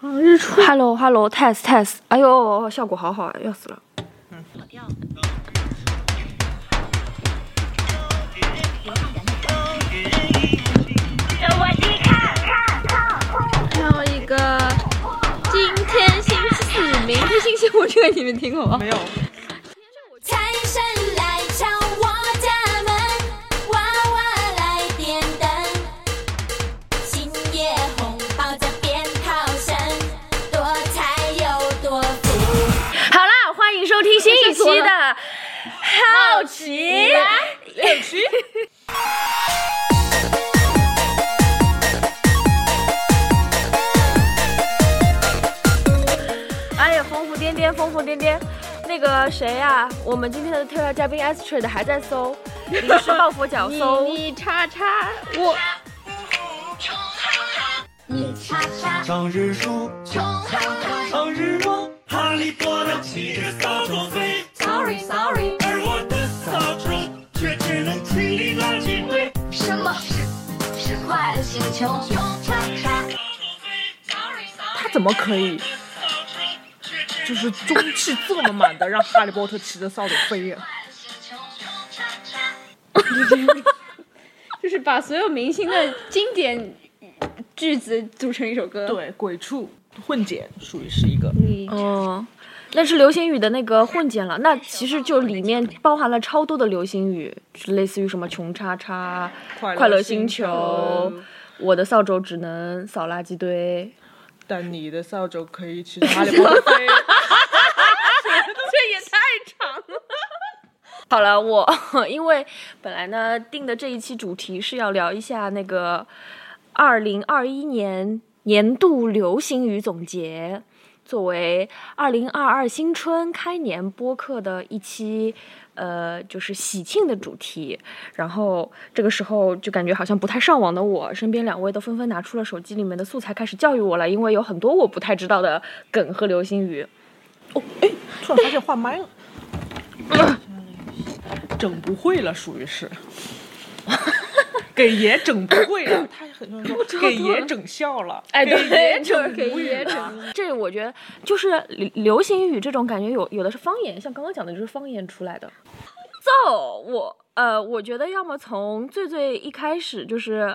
抗日出 Hello Hello test test，哎呦，效果好好啊，要死了。我去看看看看。跳一个，今天星期四，明天星期五，这个你们听过吗？没有，财神来敲我家门，娃娃来点灯，新夜红包加鞭炮声，多财又多福。好啦，欢迎收听新一期的好奇。 哎呀，疯疯癫癫，疯疯癫癫。那个谁呀、我们今天的特邀嘉宾 Esther 的还在搜，临时抱佛脚搜。你你叉叉，我抗日书，抗日梦，哈利波特骑着扫帚飞。 Sorry Sorry，而我的扫帚却只能清理垃圾堆。什么是快乐星球？他怎么可以？就是中气这么满的，让哈利波特骑着扫帚飞呀、就是把所有明星的经典句子组成一首歌。，对，鬼畜混剪属于是一个。你嗯，那是流星雨的那个混剪了，那其实就里面包含了超多的流星雨，类似于什么穷叉叉、快快乐乐星星球球、我的扫帚只能扫垃圾堆。但你的扫帚可以骑着哈利波特飞。这也太长了。好了，我 因为本来呢定的这一期主题是要聊一下那个二零二一年年度流行语总结，作为二零二二新春开年播客的一期。呃，就是喜庆的主题，然后这个时候就感觉好像不太上网的我，身边两位都纷纷拿出了手机里面的素材开始教育我了，因为有很多我不太知道的梗和流行语。突然发现换麦了，整不会了，属于是。给爷整不会了，他很多人说给爷整笑了，哎对给爷就是整给无语爷啊了这我觉得就是流流行语这种感觉有有的是方言，像刚刚讲的就是方言出来的。so 我呃，我觉得要么从最最一开始，就是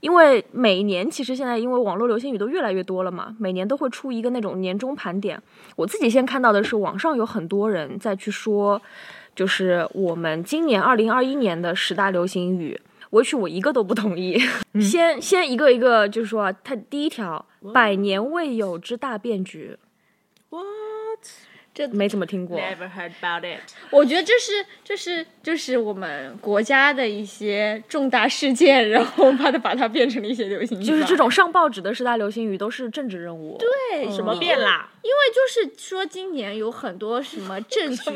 因为每年其实现在因为网络流行语都越来越多了嘛，每年都会出一个那种年终盘点。我自己先看到的是网上有很多人在去说，就是我们今年二零二一年的十大流行语。我去，我一个都不同意。 先先一个一个，就是说啊，它第一条“百年未有之大变局 What？”，没怎么听过。 heard about it。我觉得这是这是就是我们国家的一些重大事件，然后把它把它变成了一些流行语吧，就是这种上报纸的十大流行语都是政治任务。对，对什怎么么变啦？因为就是说，今年有很多 什么政局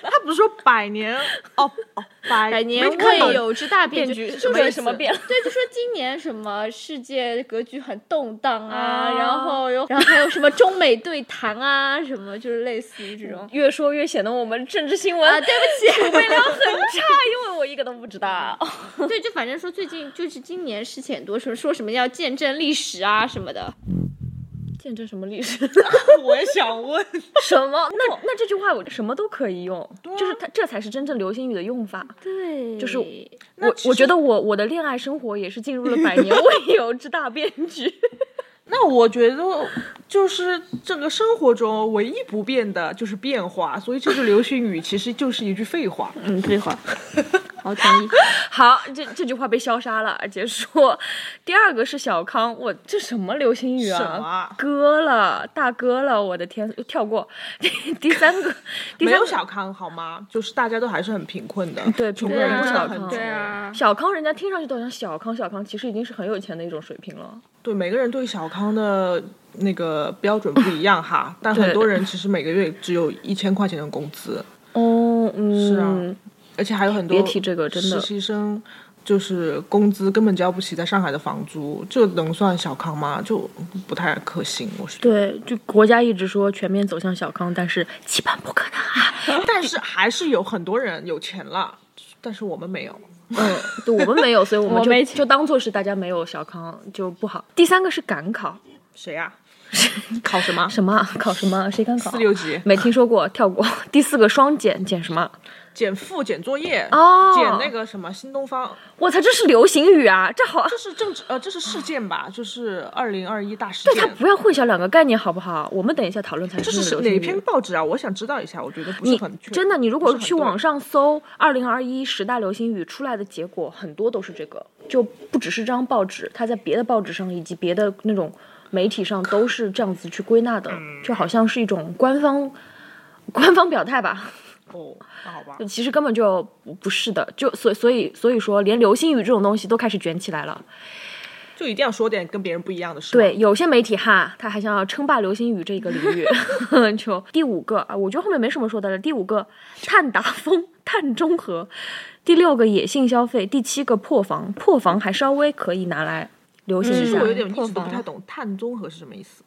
他不是说百年哦哦百百年没看到未有之大变局，变局就什么是意思什么变了 对，就说今年什么世界格局很动荡啊，啊然后有，然后还有什么中美对谈啊，什么就是类似于这种。越说越显得我们政治新闻 啊，对不备料很差，因为我一个都不知道。起， 对，就反正说最近就是今年事情很多，什么说什么要见证历史啊什么的， 见证什么历史？我也想问， 什么？ 那那这句话我什么都可以用，就是它这才是真正流行语的用法。对，就是那我其我觉实得我我的恋爱生活也是进入了百 年未有之大变局。 那我觉得就是这个生活中唯一不变的就是变化，所以这句流行语其实就是一句 废话。嗯，对话，好同意。好，这这句话被消杀了，而且说，第二个是小康，我这什么流星雨啊？什么啊哥了，大哥了，我的天，跳过。 第第三 个，第没三有个小康好吗？就是大家都还是很贫困的，对穷对人啊真的小很康穷。对啊，小康，人家听上去都像小康，小康其实已经是很有钱的一种水平了。对每个人对小康的那个标准不一样 哈，但很多人其实每个月只有一千块钱的工资，哦，嗯，是啊而且还有很多别提这个真的实习生就是工资根本交不起在上海的房租，这能算小康吗？就不太可行，我是觉得。对，就国家一直说全面走向小康，但是基本不可能啊。但是还是有很多人有钱了，但是我们没有。嗯， 对，我们没有，所以我们我就没就当做是大家没有小康就不好。第三个是赶考，谁呀、考什么？什么啊考什么？谁敢考四？六级，没听说过，跳过。第四个双减减什么？减负、减作业，哦减那个什么新东方，我操，这是流行语啊！这好，这是政治呃，这是事件吧？就是二零二一大事对他件。不要混淆两个概念，好不好？我们等一下讨论才这是是流行哪语篇报纸啊？我想知道一下，我觉得不是你很确真的，你如不果是很去对网上搜“二零二一十大流行语”出来的结果，很多都是这个，就不只是这张报纸，它在别的报纸上以及别的那种媒体上都是这样子去归纳的，嗯就好像是一种官方官方表态吧。哦，那好吧，其实根本就不不是的，就所所以所以说，连流星雨这种东西都开始卷起来了。就一定要说点跟别人不一样的事。对，，有些媒体哈，他还想要称霸流星雨这个领 域。就第五个啊，我觉得后面没什么说的了。第五个，碳达峰、碳中和；第六个，野性消费；第七个，破防。破防还稍微可以拿来流嗯行其一实下。我有点一破直都不太防、懂碳中和是什么意思。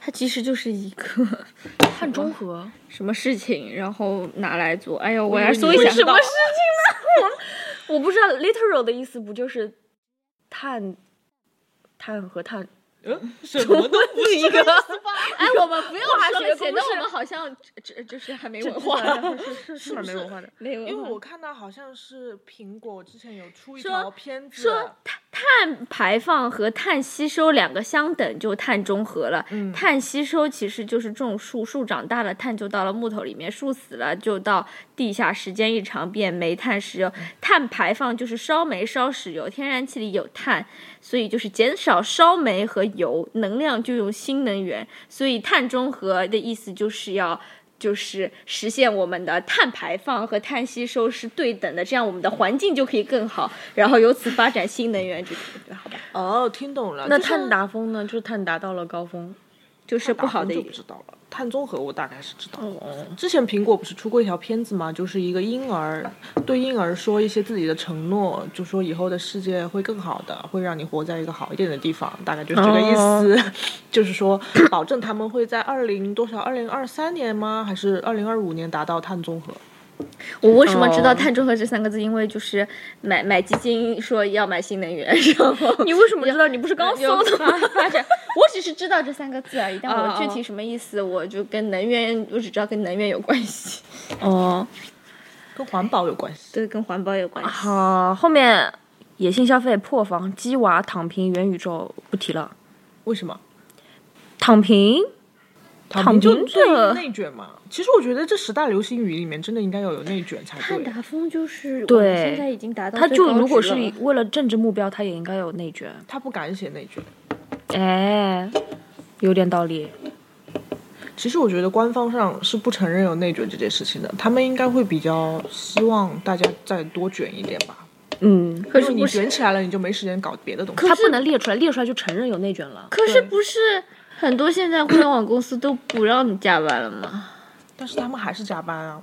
它其实就是一个 碳中和，什么事情，然后拿来做。哎呦，我以来为搜你一会下知道我不知道 literal 的意思不就是碳碳和 碳？嗯，什么都不是一个。哎，我们 不用化说学了，显公得式我们好像这就是还没文化，是是蛮没文化的。没文因为化我看到好像是苹果之前有出一说条片子，说碳碳排放和碳吸收两个相等，就碳中和了。嗯碳吸收其实就是种树，树长大了，碳就到了木头里面；树死了，就到地下。时间一长，变煤炭、石油。碳排放就是烧煤、烧石油，天然气里有碳，所以就是减少烧煤和油，能量就用新能源。所以碳中和的意思就是要。就是实现我们的碳排放和碳吸收是对等的，这样我们的环境就可以更好，然后由此发展新能源，就好吧？哦，听懂了。那就是碳达峰呢？就是碳达到了高峰。就是不好的就一不个。嗯知道了。碳中和我大概是知道。之前苹果不是出过一条片子嘛，就是一个婴儿对婴儿说一些自己的承诺，就说以后的世界会更好的，会让你活在一个好一点的地方，大概就是这个意思。哦 就是说，保证他们会在二零多少，二零二三年吗？还是二零二五年达到碳中和？我为什么知道哦碳中和这三个字？因为就是买买基金说要买新能源，然后 你为什么知道？你不是刚搜的吗？发展，我只是知道这三个字而已，但哦我哦具体什么意思，我就跟能源，我只知道跟能源有关系，哦，跟环保有关系。对，跟环保有关系。好，呃后面野性消费、破防、鸡娃、躺平、元宇宙不提了。为什么？躺平，平躺平就的最内卷嘛。其实我觉得这十大流行语里面，真的应该要有内卷才碳对。达峰就是对我们现在已经达到它最高值就了，如果是为了政治目标，它也应该有内卷。他不敢写内卷。哎，有点道理。其实我觉得官方上是不承认有内卷这件事情的，他们应该会比较希望大家再多卷一点吧。嗯，可因是为你不是卷起来了，你就没时间搞别的东西。它不能列出来，列出来就承认有内卷了。可是不是很多现在互联网公司都不让你加班了吗？但是他们还是加班啊。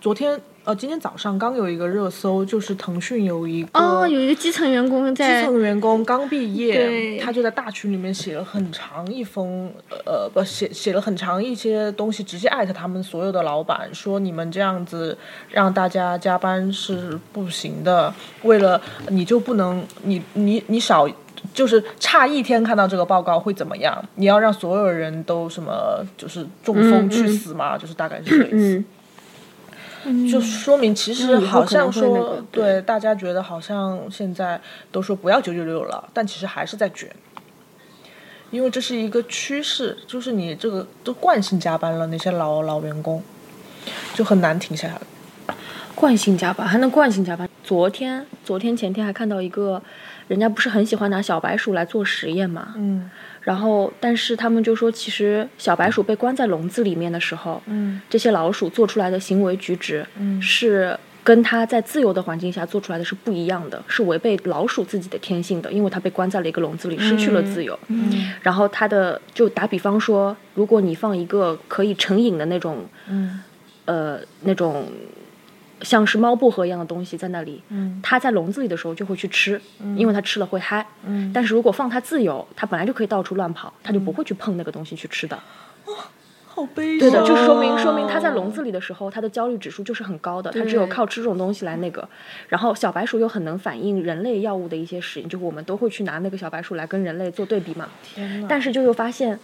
昨天呃，今天早上刚有一个热搜，就是腾讯有一个哦，有一个基层员工基在，层员工刚毕业，对他就在大群里面写了很长一封，呃，不写写了很长一些东西，直接艾特他们所有的老板，说你们这样子让大家加班是不行的，为了你就不能你你你少。就是差一天看到这个报告会怎么样？你要让所有人都什么，就是中风去死嘛？就是大概是这个意思。嗯，就说明其实嗯以后好可能会像说，那个对对大家觉得好像现在都说不要九九六了，但其实还是在卷，因为这是一个趋势，就是你这个都惯性加班了，那些老老员工就很难停下来了。惯性加班还能惯性加班。昨天、昨天前天还看到一个，人家不是很喜欢拿小白鼠来做实验嘛？嗯然后，但是他们就说，其实小白鼠被关在笼子里面的时候，嗯这些老鼠做出来的行为举止，嗯是跟它在自由的环境下做出来的是不一样的，是违背老鼠自己的天性的，因为它被关在了一个笼子里，失去了自由。嗯然后它的就打比方说，如果你放一个可以成瘾的那种，嗯呃，那种像是猫薄荷一样的东西在那里，嗯它在笼子里的时候就会去吃，因为它吃了会嗨。嗯但是如果放它自由，它本来就可以到处乱跑，它就不会去碰那个东西去吃的。好悲伤。对啊的，就说明说明它在笼子里的时候，它的焦虑指数就是很高的，它只有对靠吃这种东西来那个。然后小白鼠又很能反映人类药物的一些实验，就我们都会去拿那个小白鼠来跟人类做对比嘛。天哪但是就又发现，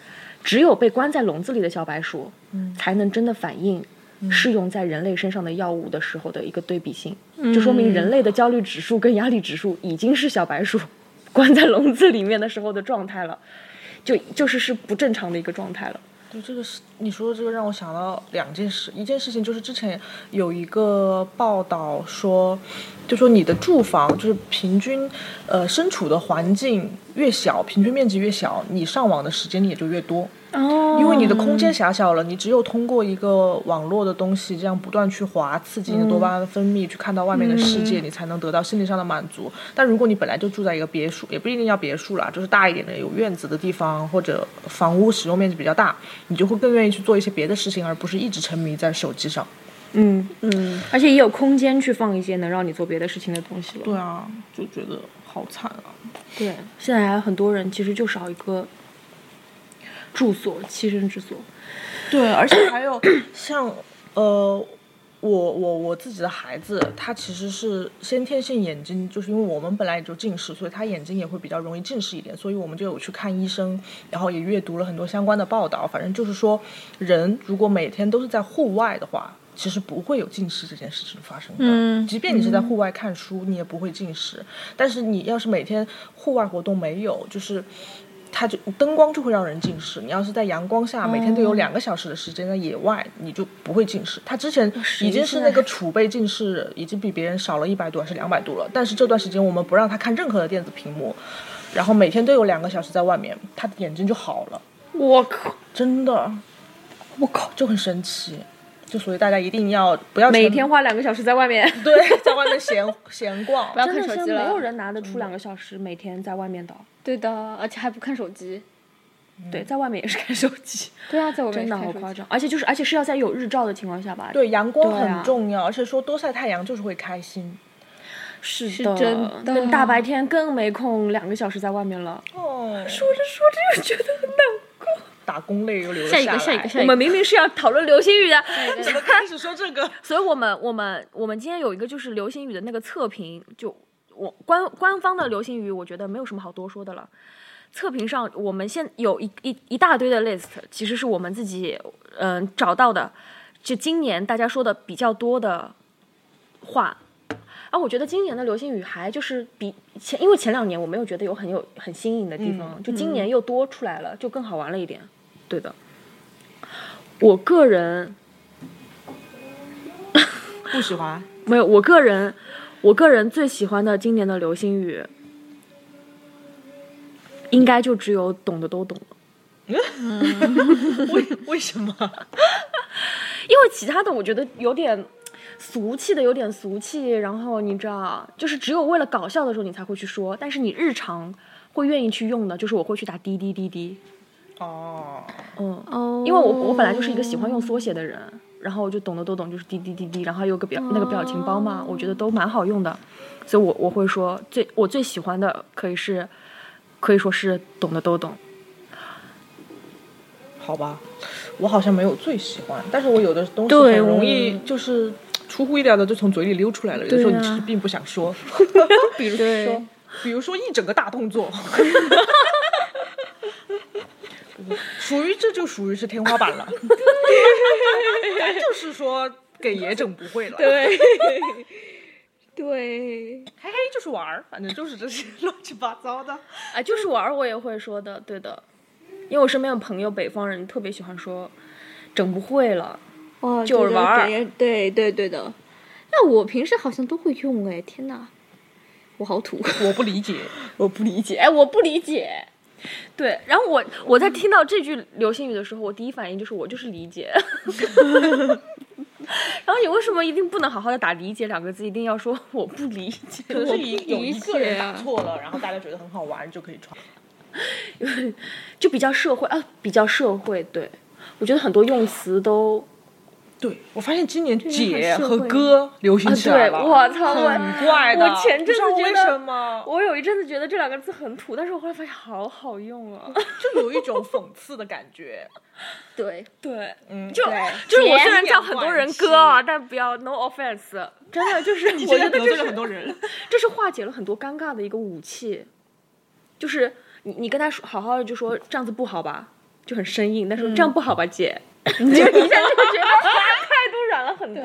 只有被关在笼子里的小白鼠，才能真的反映适用在人类身上的药物的时候的一个对比性，就说明人类的焦虑指数跟压力指数已经是小白鼠关在笼子里面的时候的状态了，就就是是不正常的一个状态了。对，这个是你说的这个让我想到两件事，一件事情就是之前有一个报道说，就说你的住房就是平均，呃，身处的环境越小，平均面积越小，你上网的时间也就越多。哦因为你的空间狭小了，你只有通过一个网络的东西，这样不断去滑，刺激你的多巴胺分泌，去看到外面的世界，你才能得到心理上的满足。但如果你本来就住在一个别墅，也不一定要别墅啦，就是大一点的有院子的地方，或者房屋使用面积比较大，你就会更愿意去做一些别的事情，而不是一直沉迷在手机上。嗯嗯，而且也有空间去放一些能让你做别的事情的东西了。对啊，就觉得好惨啊。对，现在还有很多人其实就少一个住所，栖身之所。对，而且还有 像呃，我我我自己的孩子，他其实是先天性眼睛，就是因为我们本来也就近视，所以他眼睛也会比较容易近视一点，所以我们就有去看医生，然后也阅读了很多相关的报道。反正就是说，人如果每天都是在户外的话。其实不会有近视这件事情发生的，嗯即便你是在户外看书，你也不会近视。但是你要是每天户外活动没有，就是它就灯光就会让人近视。你要是在阳光下，每天哦都有两个小时的时间在野外，你就不会近视。他之前已经是那个储备近视，已经比别人少了一百度还是两百度了。但是这段时间我们不让他看任何的电子屏幕，然后每天都有两个小时在外面，他的眼睛就好了。我靠！真的，我靠，就很神奇。就所以大家一定要不要每沉天花两个小时在外面， 对在外面闲闲逛不，要 看真手的是机没有了。人拿得出两个小时每天在外面的。对的，而且还不看手机。对，在外面也是看手机，对啊，在我嗯 真的好夸张。而且就是，而且是要在有日照的情况下吧？，对阳光对啊很重要，而且说多晒太阳就是会开心。是是的，真的那大白天更没空两个小时在外面了。哦，我这说着又觉得很难。打工泪又流了下一来。个，下一个， 下我一个们。明明是要讨论流星雨的，怎么开始说这个？所以我们我们我们今天有一个就是流星雨的那个测评，就我官官方的流星雨，我觉得没有什么好多说的了。测评上我们现有一一一大堆的 list，其实是我们自己嗯、找到的，就今年大家说的比较多的话。啊，我觉得今年的流星雨还就是比前，因为前两年我没有觉得有很有很新颖的地方，就今年又多出来了，就更好玩了一点。对的，我个人不喜欢。没有，我个人，我个人最喜欢的今年的流星雨，应该就只有懂的都懂了，为为什么？ 因为其他的我觉得有点俗气的，有点俗气。然后你知道，就是只有为了搞笑的时候你才会去说，但是你日常会愿意去用的，就是我会去打滴滴滴滴，哦，嗯，哦因为我我本来就是一个喜欢用缩写的人。然后我就懂的都懂，就是滴滴滴滴，然后还有个表、那个表情包嘛，我觉得都蛮好用的，所以我我会说最我最喜欢的可以是，可以说是懂的都懂。好吧，我好像没有最喜欢，但是我有的东西对很容易我就是出乎意料的就从嘴里溜出来了，有的时候对你啊其实并不 想说，比如说，比如说一整个大 动作。属于这就属于是天花板了，咱就是说给爷整不会了， 对，对，嘿嘿，就是玩儿，反正就是这些乱七八糟的。哎，就是玩儿我也会说的，对的，因为我身边有朋友北方人特别喜欢说，整不会了，哦，就是对的玩儿对对对对的。那我平时好像都会用哎，天哪，我好土，我不理解，我不理解，哎，我不理解。对。然后我我在听到这句流星雨的时候，我第一反应就是我就是理解。 然后你为什么一定不能好好的打“理解”两个字，一定要说我不理解？可能我是不一有理一个人解啊打错了，然后大家觉得很好玩就可以传。就比较社会啊，比较社会。对，我觉得很多用词都对，我发现今年姐很社和会哥流行啊起对，来了，我操，很怪的。我前阵不子知道觉为得什么，我有一阵子觉得这两个字很土，但是我后来发现好好用 啊。就有一种讽刺的感觉。 对，对，嗯，就对就是我虽然节叫很多人哥啊，但不要 no offense，真的就是你我现觉在得得这罪了是很多人。 这是化解了很多尴尬的一个武器，就是你你跟他说好好的就说这样子不好吧，就很生硬，但是说这样不好吧， 姐，你就一下就觉得态度软了很多。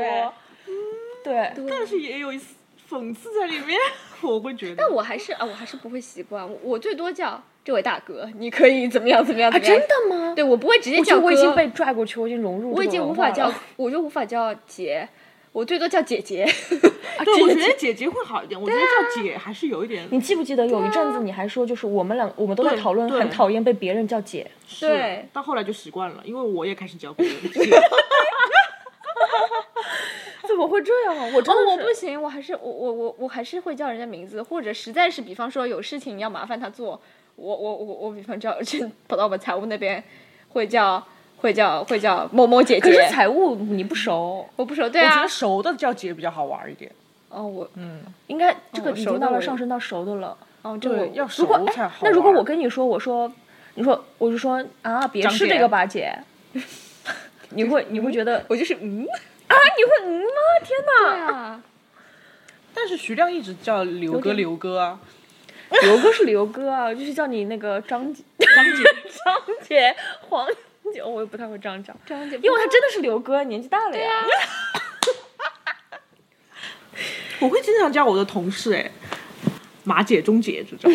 对，但是也有一丝讽刺在里面，我会觉得。但我还是啊，我还是不会习惯，我我最多叫这位大哥，你可以怎么样怎么样啊，怎么样。真的吗？对我不会直接我觉叫得哥，我已经被拽过去，我已经融入，我已经无法叫，我就无法叫姐，我最多叫姐 姐。对，我觉得姐啊姐会好一点，我觉得叫姐还是有一点。啊你记不记得有一阵子你还说，就是我们两我们都在对讨论，对很讨厌被别人叫姐。是对到后来就习惯了，因为我也开始教别 人。怎么会这样啊？我真哦的，我不行，我还是我我我我还是会叫人家名字，或者实在是比方说有事情要麻烦他做，我我我我比方叫 去跑到我们财务那边，会叫会叫会叫某某姐可是姐。财务你不熟，我不熟，对我觉啊得，嗯熟的叫姐比较好玩一点。哦我应该这个我已嗯熟经的到我了也上升到熟的了。哦这对，我要如熟果才哎好，玩。那如果我跟你说，我说，你说，我就说啊，别张吃这姐个吧， 姐，你会你会觉得我就是嗯，啊，你会嗯吗？天对哪，啊，但是徐亮一直叫刘哥刘哥啊，刘哥是刘哥啊，就是叫你那个张姐张姐， 张姐黄姐，我也不太会这样叫，张嗯姐，因为他真的是刘哥，年纪大了呀。啊我会经常叫我的同事哎，马姐、钟姐这种，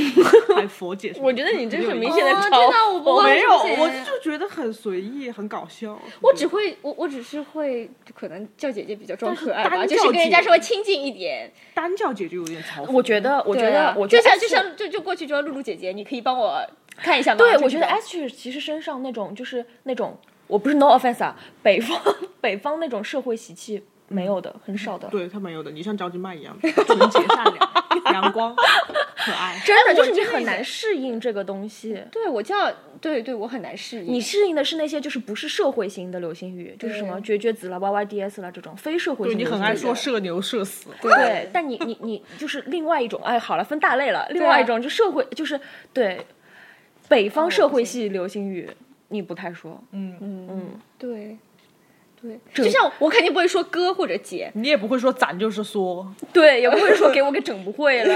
还佛姐什么的。我觉得你这是明显的哦嘲真的我不讽会没有，我不行我就觉得很随意，很搞笑。我只会我我只是会可能叫姐姐比较装可爱吧，但是单就是叫跟人家姐说亲近一点。单叫姐就有点嘲讽。我觉得，我觉对啊得，我觉就得像 S 就像就就过去就说露露姐姐，你可以帮我哎看一下吗？对，就我觉这得种 Asher 其实身上那种就是那种，我不是 no offense 啊，北方北方那种社会习气没有的，很少的。对他没有的，你像张金曼一样，纯洁、善良、阳光、可爱。真的就是哎你我这个很也难适应这个东西。对我叫对对，我很难适应。你适应的是那些就是不是社会型的流行语，就是什么对绝绝子啦、Y Y D S 啦这种非社会对型你流行语。很爱说社牛社死，对，但 你你你就是另外一种，哎，好了，分大类了。另对啊外一种就社会，就是对北哦方我社不会行系流行语，你不太说。嗯，嗯，对对，这就像我肯定不会说哥或者姐，你也不会说咱就是说，对，也不会说给我给整不会了。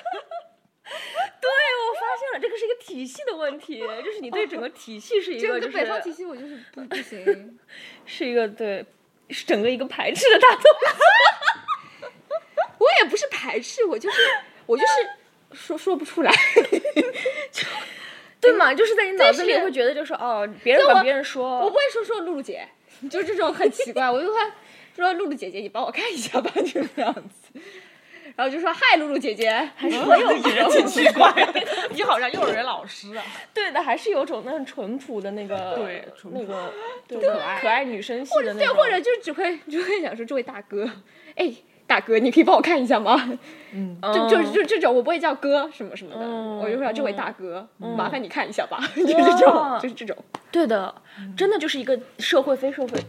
对，我发现了，这个是一个体系的问题，就是你对整个体系是一这个，个就是北方体系我就是不不行。是一个对，是整个一个排斥的大东西。 我也不是排斥，我就是我就是说说不出来。对嘛，就是在你脑子里但是会觉得，就说哦，别人对管我别人说， 我不会说说露露姐， 就是这种很奇怪，我就会说露露姐姐，你帮我看一下吧， 就这样子。然后就说嗨，露露姐姐，还是我有人挺奇怪的。 你好像幼儿园老师啊，对的，还是有种那种淳朴的那个，对淳朴那个就可爱可爱女生系或的者那对，种，或者就是只会只会想说这位大哥，哎，大哥，你可以帮我看一下吗？就就是就这种，我不会叫哥什么什么的，哦嗯我就会叫这位嗯大哥，麻烦你看一下吧， 就是这种，就是这种。对的，真的就是一个社会非社会，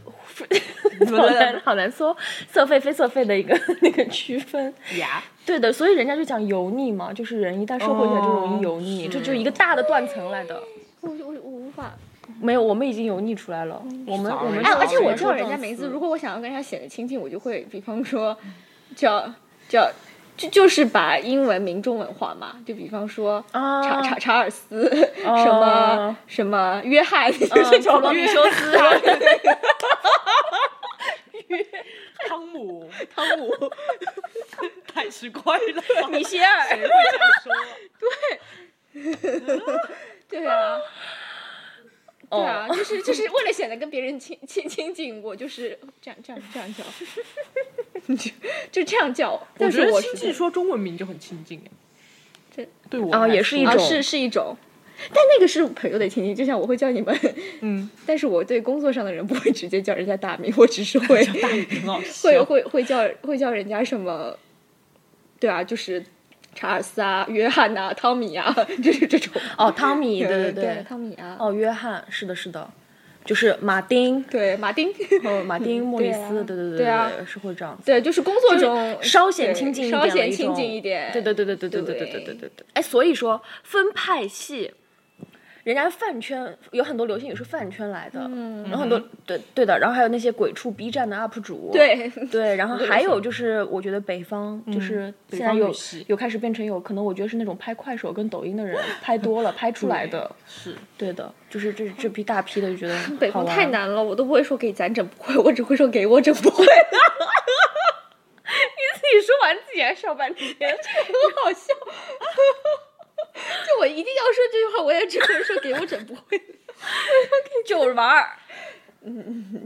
好难好难说，社会非社会的一个那个区分。呀，对的，所以人家就讲油腻嘛，就是人一旦社会起来就容易油腻，哦这就是一个大的断层来的。我我我无法，没有，我们已经油腻出来了，我们 sorry 我们哎，哎而且我我叫人家名字，如果我想要跟人家显得亲近，我就会，比方说嗯叫叫。就就是把英文名中文化嘛，就比方说啊查查查尔斯，哦什么什么约翰，嗯就是 这种罗密修斯 啊，汤姆，汤姆， 太奇怪了，米歇尔。谁会这样说？对啊，对啊，哦就是就是为了显得跟别人亲亲亲近，我就是这样这样这样叫，就就这样叫。我但觉是得我亲是近说中文名就很亲近哎这，对我啊来也是一说啊，种是是一种，但那个是朋友的亲近，就像我会叫你们，嗯， 但是我对工作上的人不会直接叫人家大名，我只是会大名很好笑 会会会叫会叫人家什么，对啊，就是查尔斯啊、约翰呐、汤米啊，就是这种。 哦，汤米，对对对对，汤米啊，哦，约翰，是的，是的，就是马丁，对，马丁，哦，马丁、莫里斯，对对对嗯对啊是会这样子。对，就是工作中稍显对亲近一点稍的显一亲种近一点，对对对对对对对对对对对对。哎，所以说分派系，人家饭圈有很多流行语是饭圈来的，嗯，然后很多对对的，然后还有那些鬼畜 B 站的 UP 主，对， 对，然后还有就是我觉得北方就是北现在方有语系有开始变成有可能，我觉得是那种拍快手跟抖音的人拍多了拍出来的，是对的，就是这这批大批的就觉得北好方玩太。难了，我都不会说给咱整不会，我只会说给我整不会。 你自己说完自己还笑半天，这个很好笑。 就我一定要说这句话，我也只会说给我整不会。就是玩儿，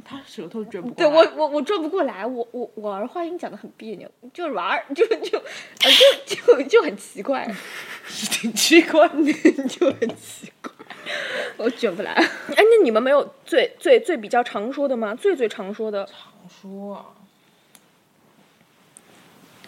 他舌头卷不 过对来我我我转不过来，我我我儿化音讲的很别扭，就是玩儿，就就呃就就就很奇 怪，是挺奇怪的，就很奇怪， 我卷不来。哎，那你们没有最最最比较常说的吗？最最常说的，常说啊。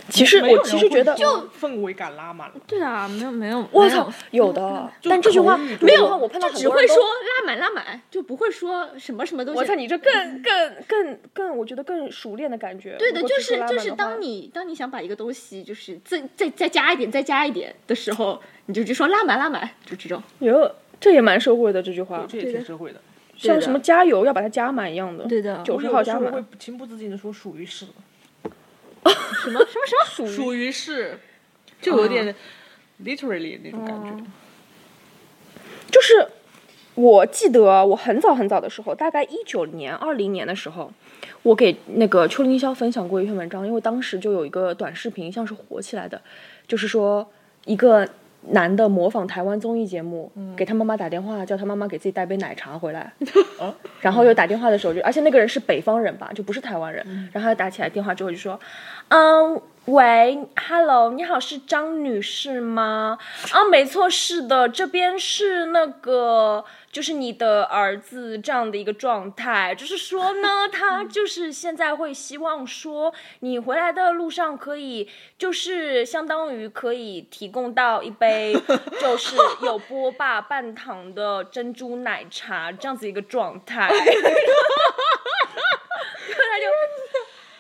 其实没有我人其实觉得会说氛围感拉满了，对啊，没有没有，我没有操，有的，就但这句话口语没有中啊，我碰到很只多会人都说拉满拉满，就不会说什么什么东西。我操，你这 更更更更，我觉得更熟练的感觉。对的，如果就只是拉就满是的话当你当你想把一个东西就是再再再加一点再加一点的时候，你就就说拉满拉满，就这种。哟，这也蛮社会的这句话，这也挺社会的。像什么加油要把它加满一样的。对的九我十有号的加时满。候会情不自禁的说属于是， 什么什么什么属于啊属于是，就有点 literally 那种感觉。哦就是我记得我很早很早的时候，大概一九年、二零年的时候，我给那个秋林潇分享过一篇文章，因为当时就有一个短视频像是火起来的，就是说一个。男的模仿台湾综艺节目，给他妈妈打电话，叫他妈妈给自己带杯奶茶回来。然后又打电话的时候就，而且那个人是北方人吧，就不是台湾人。然后他打起来电话之后就说：“嗯，喂，Hello，你好，是张女士吗？啊，没错，是的，这边是那个，就是你的儿子这样的一个状态，就是说呢，他就是现在会希望说，你回来的路上可以，就是相当于可以提供到一杯，就是有波霸半糖的珍珠奶茶这样子一个状态。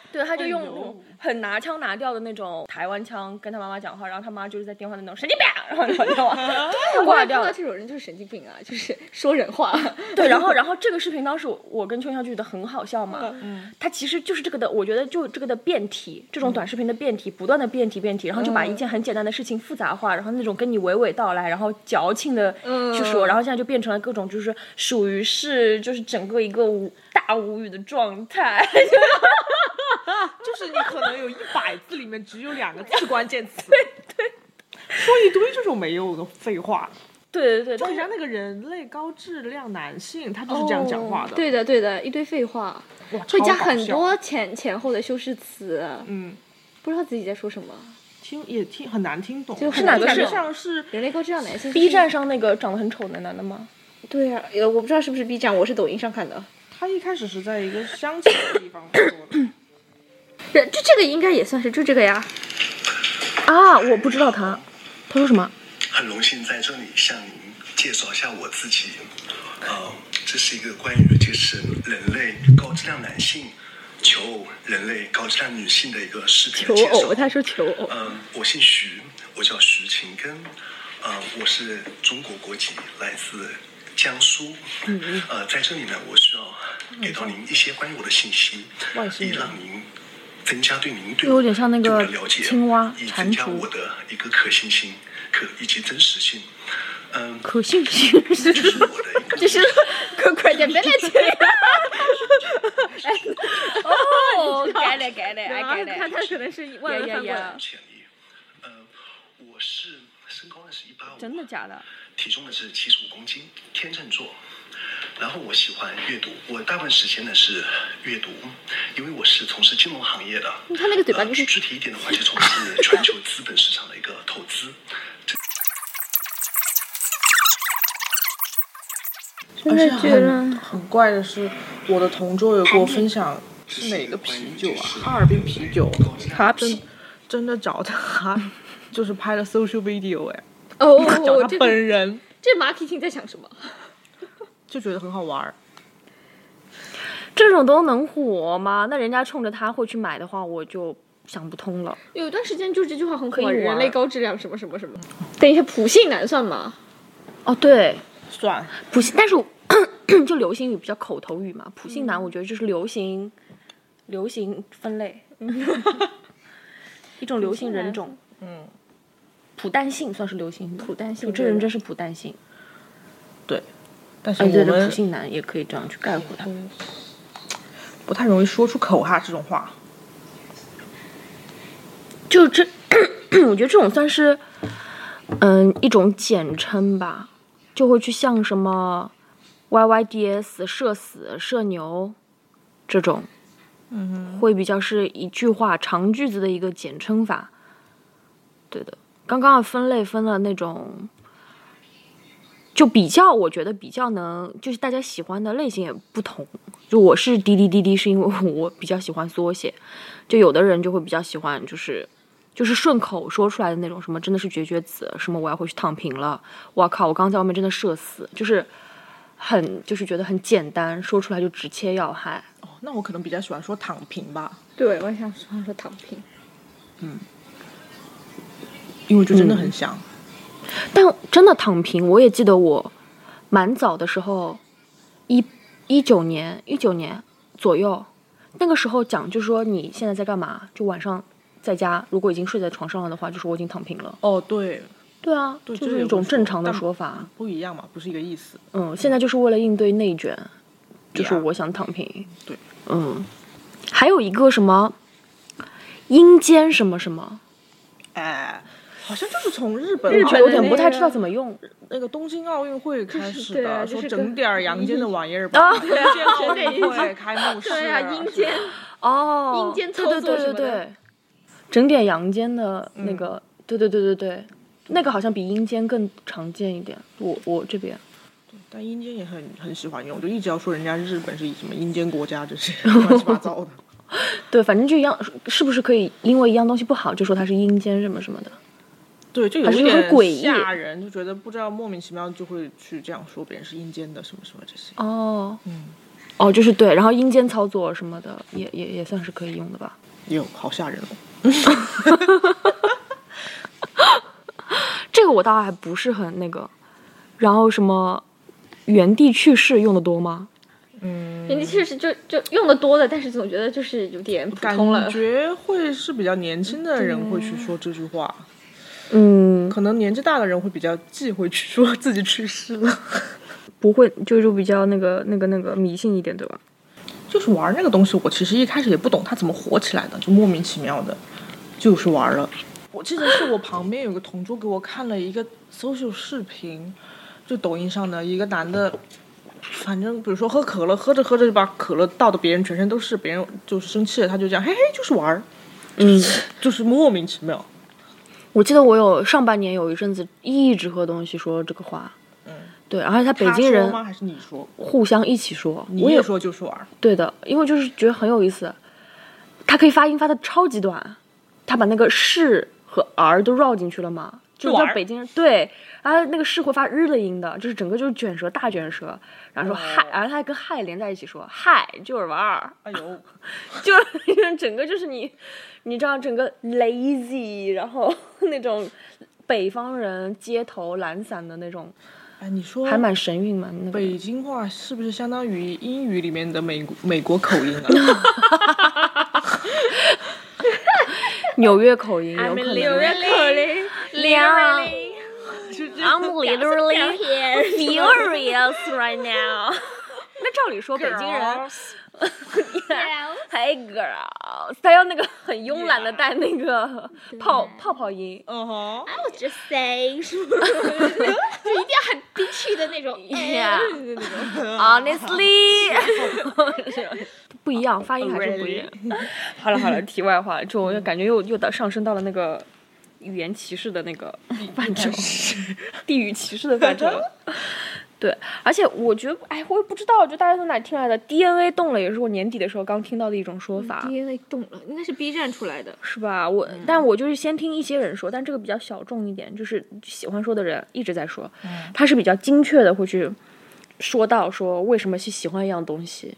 对，他就用很拿腔拿调的那种台湾腔跟他妈妈讲话，然后他妈就是在电话那种神经病，然后就把电话我挂还掉碰了到。这种人就是神经病啊，就是说人 话。对，然后然后这个视频当时我我跟秋香就觉得很好笑嘛，嗯，它其实就是这个的，我觉得就这个的变体，这嗯种短视频的变体，不断的变体变体，然后就把一件很简单的事情复杂化，然后那种跟你娓娓道来，然后矫情的去说，嗯然后现在就变成了各种就是属于是就是整个一个无大无语的状态， 就是你可能有一百字里面只有两个字关 键词，对对，说一堆这种没用的废话。对对对，就但人是家那个人类高质量男性，他就是这样讲话的，哦对的对的，一堆废话，哇，会加超搞很笑，多前前后的修饰词，嗯，不知道自己在说什么。听也听很难听懂，就很是哪难个感是觉懂像是人类高质量男性 B 站上那个长得很丑的男的吗？对啊，呃，我不知道是不是 B 站，我是抖音上看的。他一开始是在一个乡下的地方 说的，这这这个应该也算是就这个呀。啊，我不知道他，他说什么？很荣幸在这里向您介绍一下我自己。呃，这是一个关于就是人类高质量男性求偶、人类高质量女性的一个视频的介绍。说求偶。嗯、我姓徐，我叫徐勤根，嗯、我是中国国籍，来自江苏。嗯呃，在这里呢，我需要给到您一些关于我的信息，以让您增加对您对我嗯有点像那个对我的了解，青蛙以蟾增加蜍我的一个可信性，可以及真实 性。嗯，可信性。 这是我的一个这是快快点，别来听。哦，改了改了，改了。他可能是外文翻过来。潜力。呃，我是身高呢是一八五，啊真的假的？体重呢是七十五公斤，天秤座。然后我喜欢阅读，我大部分时间呢是阅读，因为我是从事金融行业的。他那个嘴巴就是呃具体一点的话，就从事全球资本市场的一个投资。而且很很怪的是，我的同桌有给我分享是哪个啤酒啊？哈尔滨啤酒，哈真真的找他， 就是拍了 social video 哎，哦 找，他这本人这 marketing 在想什么？就觉得很好玩儿。这种都能火吗？那人家冲着它会去买的话，我就想不通了。有一段时间就这句话很可以火，玩人类高质量什么什么什么。等一下，普信男算吗？哦，对，算哎普信，但是我 就流行语比较口头语嘛，普信嗯男我觉得就是流行，流行分类， 一种流行人种，嗯，普旦性算是流行语，普旦性我这人真是普旦性，对，但是哎，我对们对，普信男也可以这样去概括他。不太容易说出口哈这种话。就这， 我觉得这种算是，嗯，一种简称吧，就会去像什么 YYDS 社死、社牛这种，嗯，会比较是一句话长句子的一个简称法。对的，刚刚的分类分了那种，就比较，我觉得比较能，就是大家喜欢的类型也不同。就我是滴滴滴滴，是因为我比较喜欢缩写，就有的人就会比较喜欢，就是就是顺口说出来的那种，什么真的是绝绝子，什么我要回去躺平了，我靠，我刚在外面真的社死，就是很就是觉得很简单，说出来就直切要害。哦，那我可能比较喜欢说躺平吧，对，我也想说说躺平。因为就嗯真的很想。但真的躺平，我也记得我蛮早的时候，一一九年一九年左右，那个时候讲就说你现在在干嘛，就晚上在家，如果已经睡在床上了的话，就说我已经躺平了。哦，对，对啊，对就这也是一不种错正常的但说法。不一样嘛，不是一个意思。嗯，现在就是为了应对内卷，嗯就是 Yeah 我想躺平。对，嗯，还有一个什么阴间什么什么，哎，好像就是从日本我奥就有运点不太那知个道怎么用。那个东京奥运会开始对啊的，就说是整跟啊点儿阳间的玩意儿吧。阴间 奥运会开幕式，对啊，阴间。哦，阴间对操对作对什对么的对，整点阳间的那个，嗯对对对对对，那个好像比阴间更常见一点。我我这边，但阴间也很很喜欢用，就一直要说人家日本是什么阴间国家 这些乱七八糟的。对，反正就一样，是不是可以因为一样东西不好就说它是阴间什么什么的？对，就有还是一很点诡异吓人，就觉得不知道莫名其妙就会去这样说别人是阴间的什么什么这些。哦，嗯，哦，就是对，然后阴间操作什么的也也也算是可以用的吧。有好吓人哦。这个我倒还不是很那个。然后什么原地去世用的多吗？人家确实就就用的多的，但是总觉得就是有点普感通了。觉会是比较年轻的人会去说这句话，嗯，可能年纪大的人会比较忌讳去说自己去世了。 不会，就就比较那个那个那个迷信一点，对吧？就是玩那个东西，我其实一开始也不懂它怎么火起来的，就莫名其妙的，就是玩了。我记得是我旁边有个同桌给我看了一个 social 视频，就抖音上的一个男的，反正比如说喝可乐，喝着喝着就把可乐倒的别人全身都是，别人就是生气了，他就这样嘿嘿，就是玩儿，嗯，就是莫名其妙。我记得我有上半年有一阵子一直和东西说这个话，嗯，对，而且他北他京说人吗？还是你说？互相一起说，你我也也说就是玩儿，对的，因为就是觉得很有意思，他可以发音发的超级短，他把那个是和儿都绕进去了嘛，就就叫玩儿北京人对，然后那个是会发日的音的，就是整个就是卷舌大卷舌，然后说哦嗨，然后他还跟嗨连在一起说嗨就是玩儿， 哎呦，就是就是 整个就是你，你知道整个 lazy，然后 那种北方人街头懒散的那种，哎，你说还蛮神韵嘛那个。北京话是不是相当于英语里面的美国美国口音啊？纽约口音有可能。 literally, literally- I'm literally here. furious right now 。那照理说，北京人 ，Hey girl，他要那个很慵懒的带那个泡泡泡音。嗯哼，我 just say，就一定要很 bitchy 的那种。哎 Yeah，honestly，不一样，发音还是不一样。 好了好了，题外话，就我感觉又又到上升到了那个语言歧视的那个范畴，地域歧视的范畴了。对，而且我觉得，哎，我也不知道，就大家从哪里听来的 DNA 动了，也是我年底的时候刚听到的一种说法。 DNA 动了，应该是 B 站出来的。是吧？我，但我就是先听一些人说，但这个比较小众一点，就是喜欢说的人一直在说，他是比较精确的会去说到说为什么去喜欢一样东西，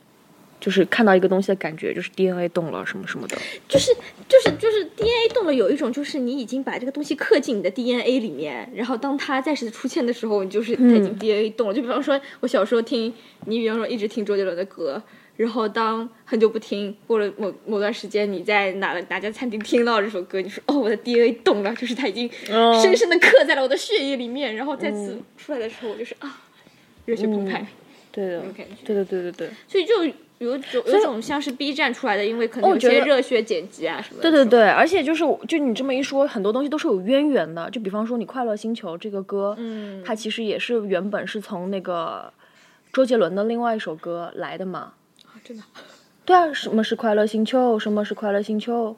就是看到一个东西的感觉，就是 DNA 动了什么什么的。就是就是就是 DNA 动了，有一种就是你已经把这个东西刻进你的 DNA 里面，然后当它再次出现的时候，你就是它已嗯经 DNA 动了。就比方说，我小时候听，你比方说一直听周杰伦的歌，然后当很久不听，过了某某段时间，你在哪了哪家餐厅听到这首歌，你说哦，我的 DNA 动了，就是它已经哦嗯深深的刻在了我的血液里面，然后再次出来的时候，我就是啊，热血澎湃。对的种感觉，对对对对对。所以就有一种有一种像是 B 站出来的，因为可能哦有我觉些得热血剪辑啊什么的。对对对，而且就是我就你这么一说，很多东西都是有渊源的。就比方说你《快乐星球》这个歌，嗯它其实也是原本是从那个周杰伦的另外一首歌来的嘛。啊真的。对啊，什么是快乐星球？什么是快乐星球？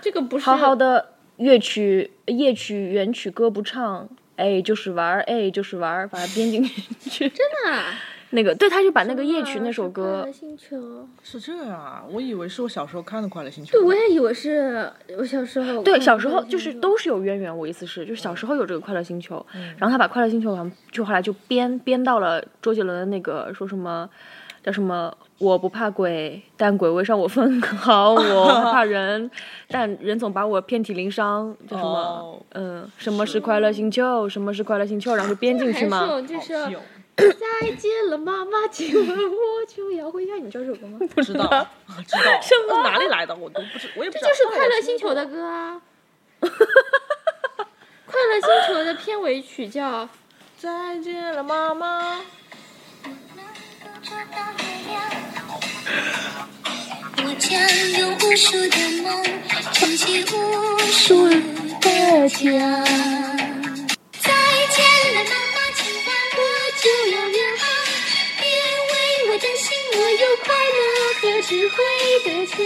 这个不是好好的乐曲、夜曲、原曲歌不唱，哎，就是玩儿，哎，就是玩儿，把它编进去。 真真的啊那个，对，他就把那个夜曲那首快歌乐，星球是这样啊，我以为是我小时候看的《快乐星球》。对，我也以为是我小时候。嗯对，嗯小时候就是都是有渊源。我意思是，就是小时候有这个快乐星球，然后他把快乐星球好像就后来就编编到了周杰伦的那个说什么叫什么。我不怕鬼，但鬼会上我分毫；我害怕 人，但人总把我遍体鳞伤。叫什么？哦嗯，什么是快乐星球？什么是快乐星球？然后就编进去嘛。还是我就是好听哦再见了，妈妈，今晚我就要回家。你知道这首歌吗？不知道， 知道，什么哪里来的我都不知，我也不知道。这就是《快乐星球》的歌 啊。快乐星球的片尾曲叫再见了，妈妈。我将用无数的梦撑起无数的家。再见了，妈妈，今晚我就要远航，别为我担心，我有快乐和智慧的家。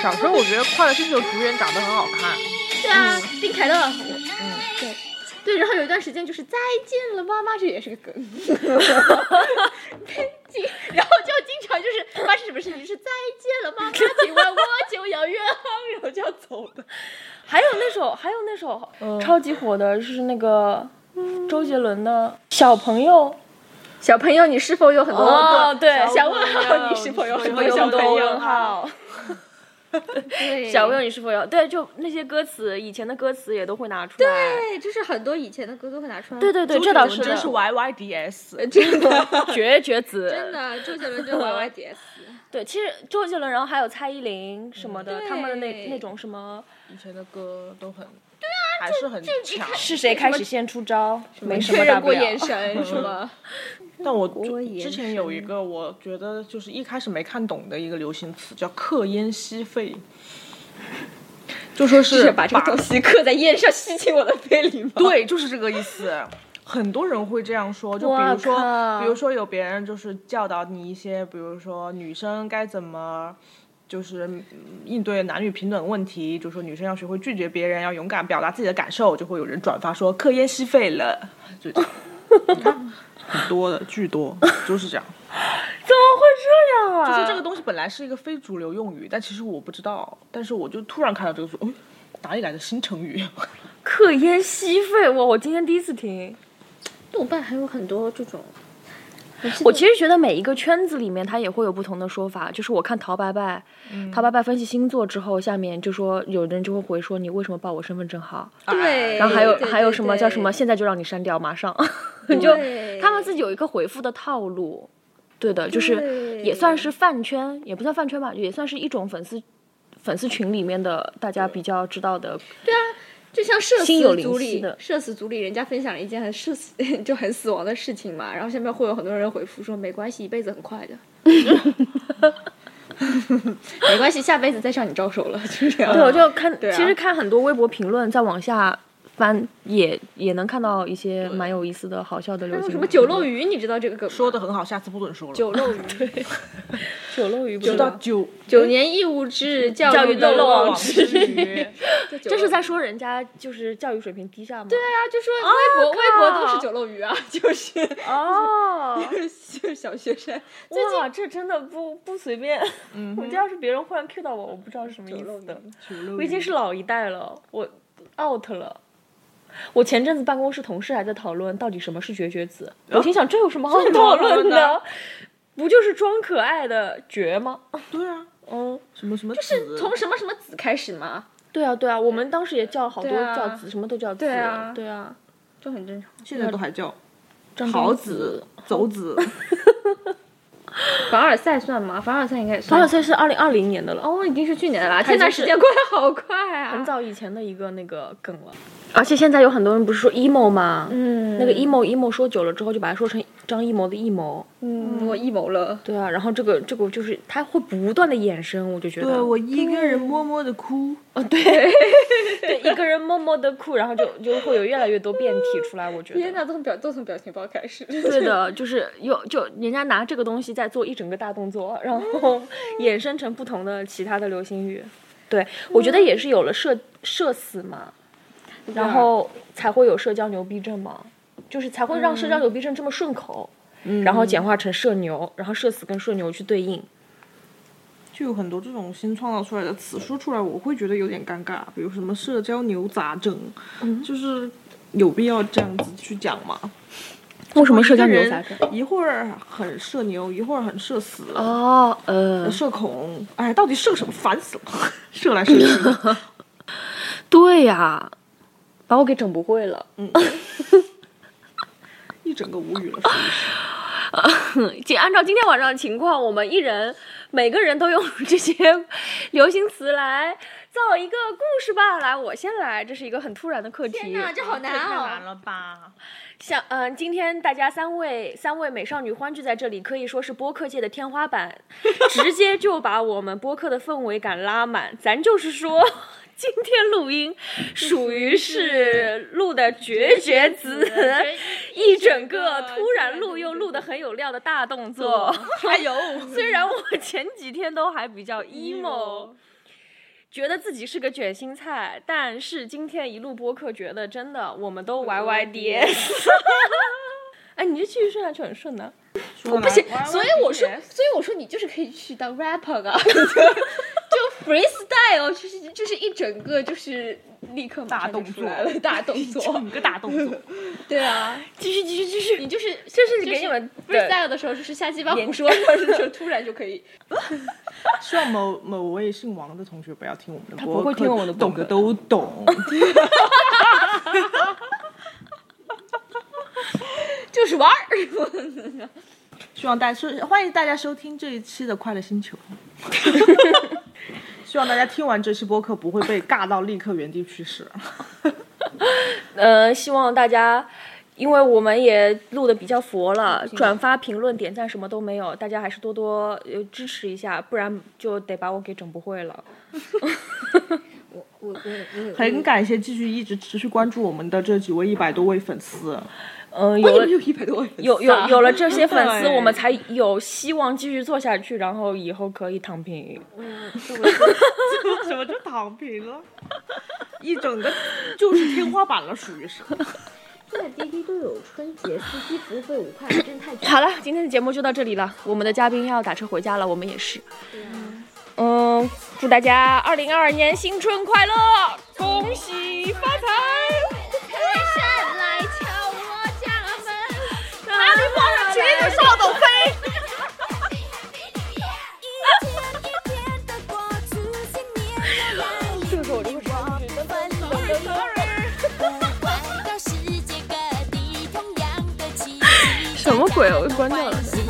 小时候我觉得《快乐星球》主演长得很好看， 对啊，丁凯乐。嗯对对，然后有一段时间就是再见了，妈妈，这也是个 梗。经然后就经常就是发生什么事情是再见了，妈妈，今晚我就要远航，然后就要走的。还有那首，还有那首、超级火的是那个周杰伦的《小朋友小朋友，你是否有很》多哦，对，小问号，你是否有很多小朋友？号？小朋友，你是否有？对，就那些歌词，以前的歌词也都会拿出来。对，就是很多以前的歌都会拿出来。对对对，这倒是真是的， YYDS，真 的绝绝子。真的，周杰伦就 YYDS。 对，其实周杰伦，然后还有蔡依林什么的，对他们的那那种什么，以前的歌都很，对啊，还是很强。是谁开始先出招？没什确么大认不过了。眼神 是吗？但我国就延之前有一个我觉得就是一开始没看懂的一个流行词叫“刻烟吸肺”，就说就是把这个东西刻在烟上，吸进我的肺里吗？对，就是这个意思。很多人会这样说，就比哇如说，比靠如说有别人就是教导你一些，比如说女生该怎么。就是嗯应对男女平等问题，就说女生要学会拒绝别人，要勇敢表达自己的感受，就会有人转发说“刻烟吸肺了”，就这样你看 很多的，巨多，就是这样。怎么会这样啊？就是这个东西本来是一个非主流用语，但其实我不知道，但是我就突然看到这个说，哦，哪里来的新成语？刻烟吸肺，我我今天第一次听。豆瓣还有很多这种。我其实觉得每一个圈子里面，它也会有不同的说法。就是我看陶白白，嗯陶白白分析星座之后，下面就说有人就会回说你为什么报我身份证号？对，然后还有对还有什么叫什么？现在就让你删掉，马上 就他们自己有一个回复的套路。对的，就是对也算是饭圈，也不算饭圈吧，也算是一种粉丝粉丝群里面的大家比较知道的 就像社心有死灵组犀里的，社死组里人家分享了一件很社死就很死亡的事情嘛，然后下面会有很多人回复说没关系，一辈子很快 的。没关系，下辈子再向你招手了，就是这样。 对，我就看，对啊其实看很多微博评论，再往下翻也也能看到一些蛮有意思的、好笑的流还有行。什么酒漏鱼，你知道这个梗吗？ 说 的很好，下次不准说了。酒 漏鱼，酒漏鱼不就知到道，九九年义务制教教育育的漏网网之鱼，这是在说人家就是教育水平低下吗？对啊，就说微博、微博都靠是酒漏鱼啊， 就是 哦，就是小学生哇，这真的不不随便。 我这要是别人忽然 Q 到我，我不知道是什么意思的。我已经是老一代了，我 out 了。我前阵子办公室同事还在讨论到底什么是绝绝子，我心想这有什么好讨论讨论的的？不就是装可爱的绝吗？对啊，嗯，什么什么是子从什么什么子开始吗？对啊，对啊，我们当时也叫好多对啊叫子，什么都叫子，对啊对啊，就很正常。现在都还叫张桃张子、走子，凡尔赛算吗？凡尔赛应该也凡算。尔赛是二零二零年的了，哦，已经是去年的啦，它天已经呐，是时间过得好快啊！很，早以前的一个那个梗了。而且现在有很多人不是说 emo 吗？嗯，那个 emo emo 说久了之后，就把它说成张艺谋的艺谋。嗯，我一谋了。对啊，然后这个这个就是它会不断的衍生，我就觉得对我一个人默默的哭，对一个人默默的哭，然后就就会有越来越多变体出来，我觉天得。呐，都从表都从表情包开始。 对的，就是有就人家拿这个东西在做一整个大动作，然后衍生成不同的其他的流行语。对，我觉得也是有了社社死嘛，然后才会有社交牛逼症嘛，就是才会让社交牛逼症这么顺口，然后简化成社牛，然后社死跟社牛去对应。就有很多这种新创造出来的词说出来，我会觉得有点尴尬，比如什么社交牛杂症，嗯就是有必要这样子去讲吗？为什么社交一个牛人杂症？一会儿很社牛，一会儿很社死，哦，呃，社恐，哎，到底社什么？烦死了，社来社去的。对呀、把我给整不会了。一整个无语了，属于是仅按照今天晚上的情况，我们一人每个人都用 这些流行词来造一个故事吧。来，我先来，这是一个很突然的课题。天呐，这好难哦！了吧？像嗯、今天大家三位三位美少女欢聚在这里，可以说是播客界的天花板，直接就把我们播客的氛围感拉满。咱就是说，今天录音属于是录的绝绝子， 一整个突然录又录的很有料的大动作。 哎还有，虽然我前几天都还比较 emo，觉得自己是个卷心菜，但是今天一录播客，觉得真的我们都 YYDS。哎，你这继续顺下去很顺的、说不不行，所以我说，所以我说你就是可以去当 rapper 啊，就 freestyle，就是就是一整个就是立刻马上就出来了，大 动作，整个大动 作，对啊，继续继续继续，你就是这就是给你们的 freestyle 的时候，就是瞎鸡巴胡说，然后就突然就可以，希望某某位姓王的同学不要听我们的他播客，不会听我们的播懂客的都懂。 就是玩儿。 希望大家收，欢迎大家收听这一期的《快乐 星球》。 希望大家听完这期播客不会被尬到立刻原地去世。呃，希望大家。因为我们也录的比较佛了，转发、评论、点赞什么都没有，大家还是多多呃支持一下，不然就得把我给整不会了。嗯很感谢继续一直持续关注我们的这几位一百多位粉丝，嗯、有了有一百多万粉丝啊有有有了这 些粉丝，对我们才有希望继续做下去，然后以后可以躺平。 怎么就躺平了？一整个就是天花板了，属于是。在滴滴都有春节司机服务费五块，真太好了，今天的节目就到这里了。我们的嘉宾要打车回家了，我们也是。嗯，祝大家二零二二年新春快乐，恭喜发财！山来敲我家门。哪里放着茄子扫帚飞？一天一天的过去，新年又来临。这个我就会唱一句，真的。世界各地同样的奇迹。什么鬼我关掉了欢喜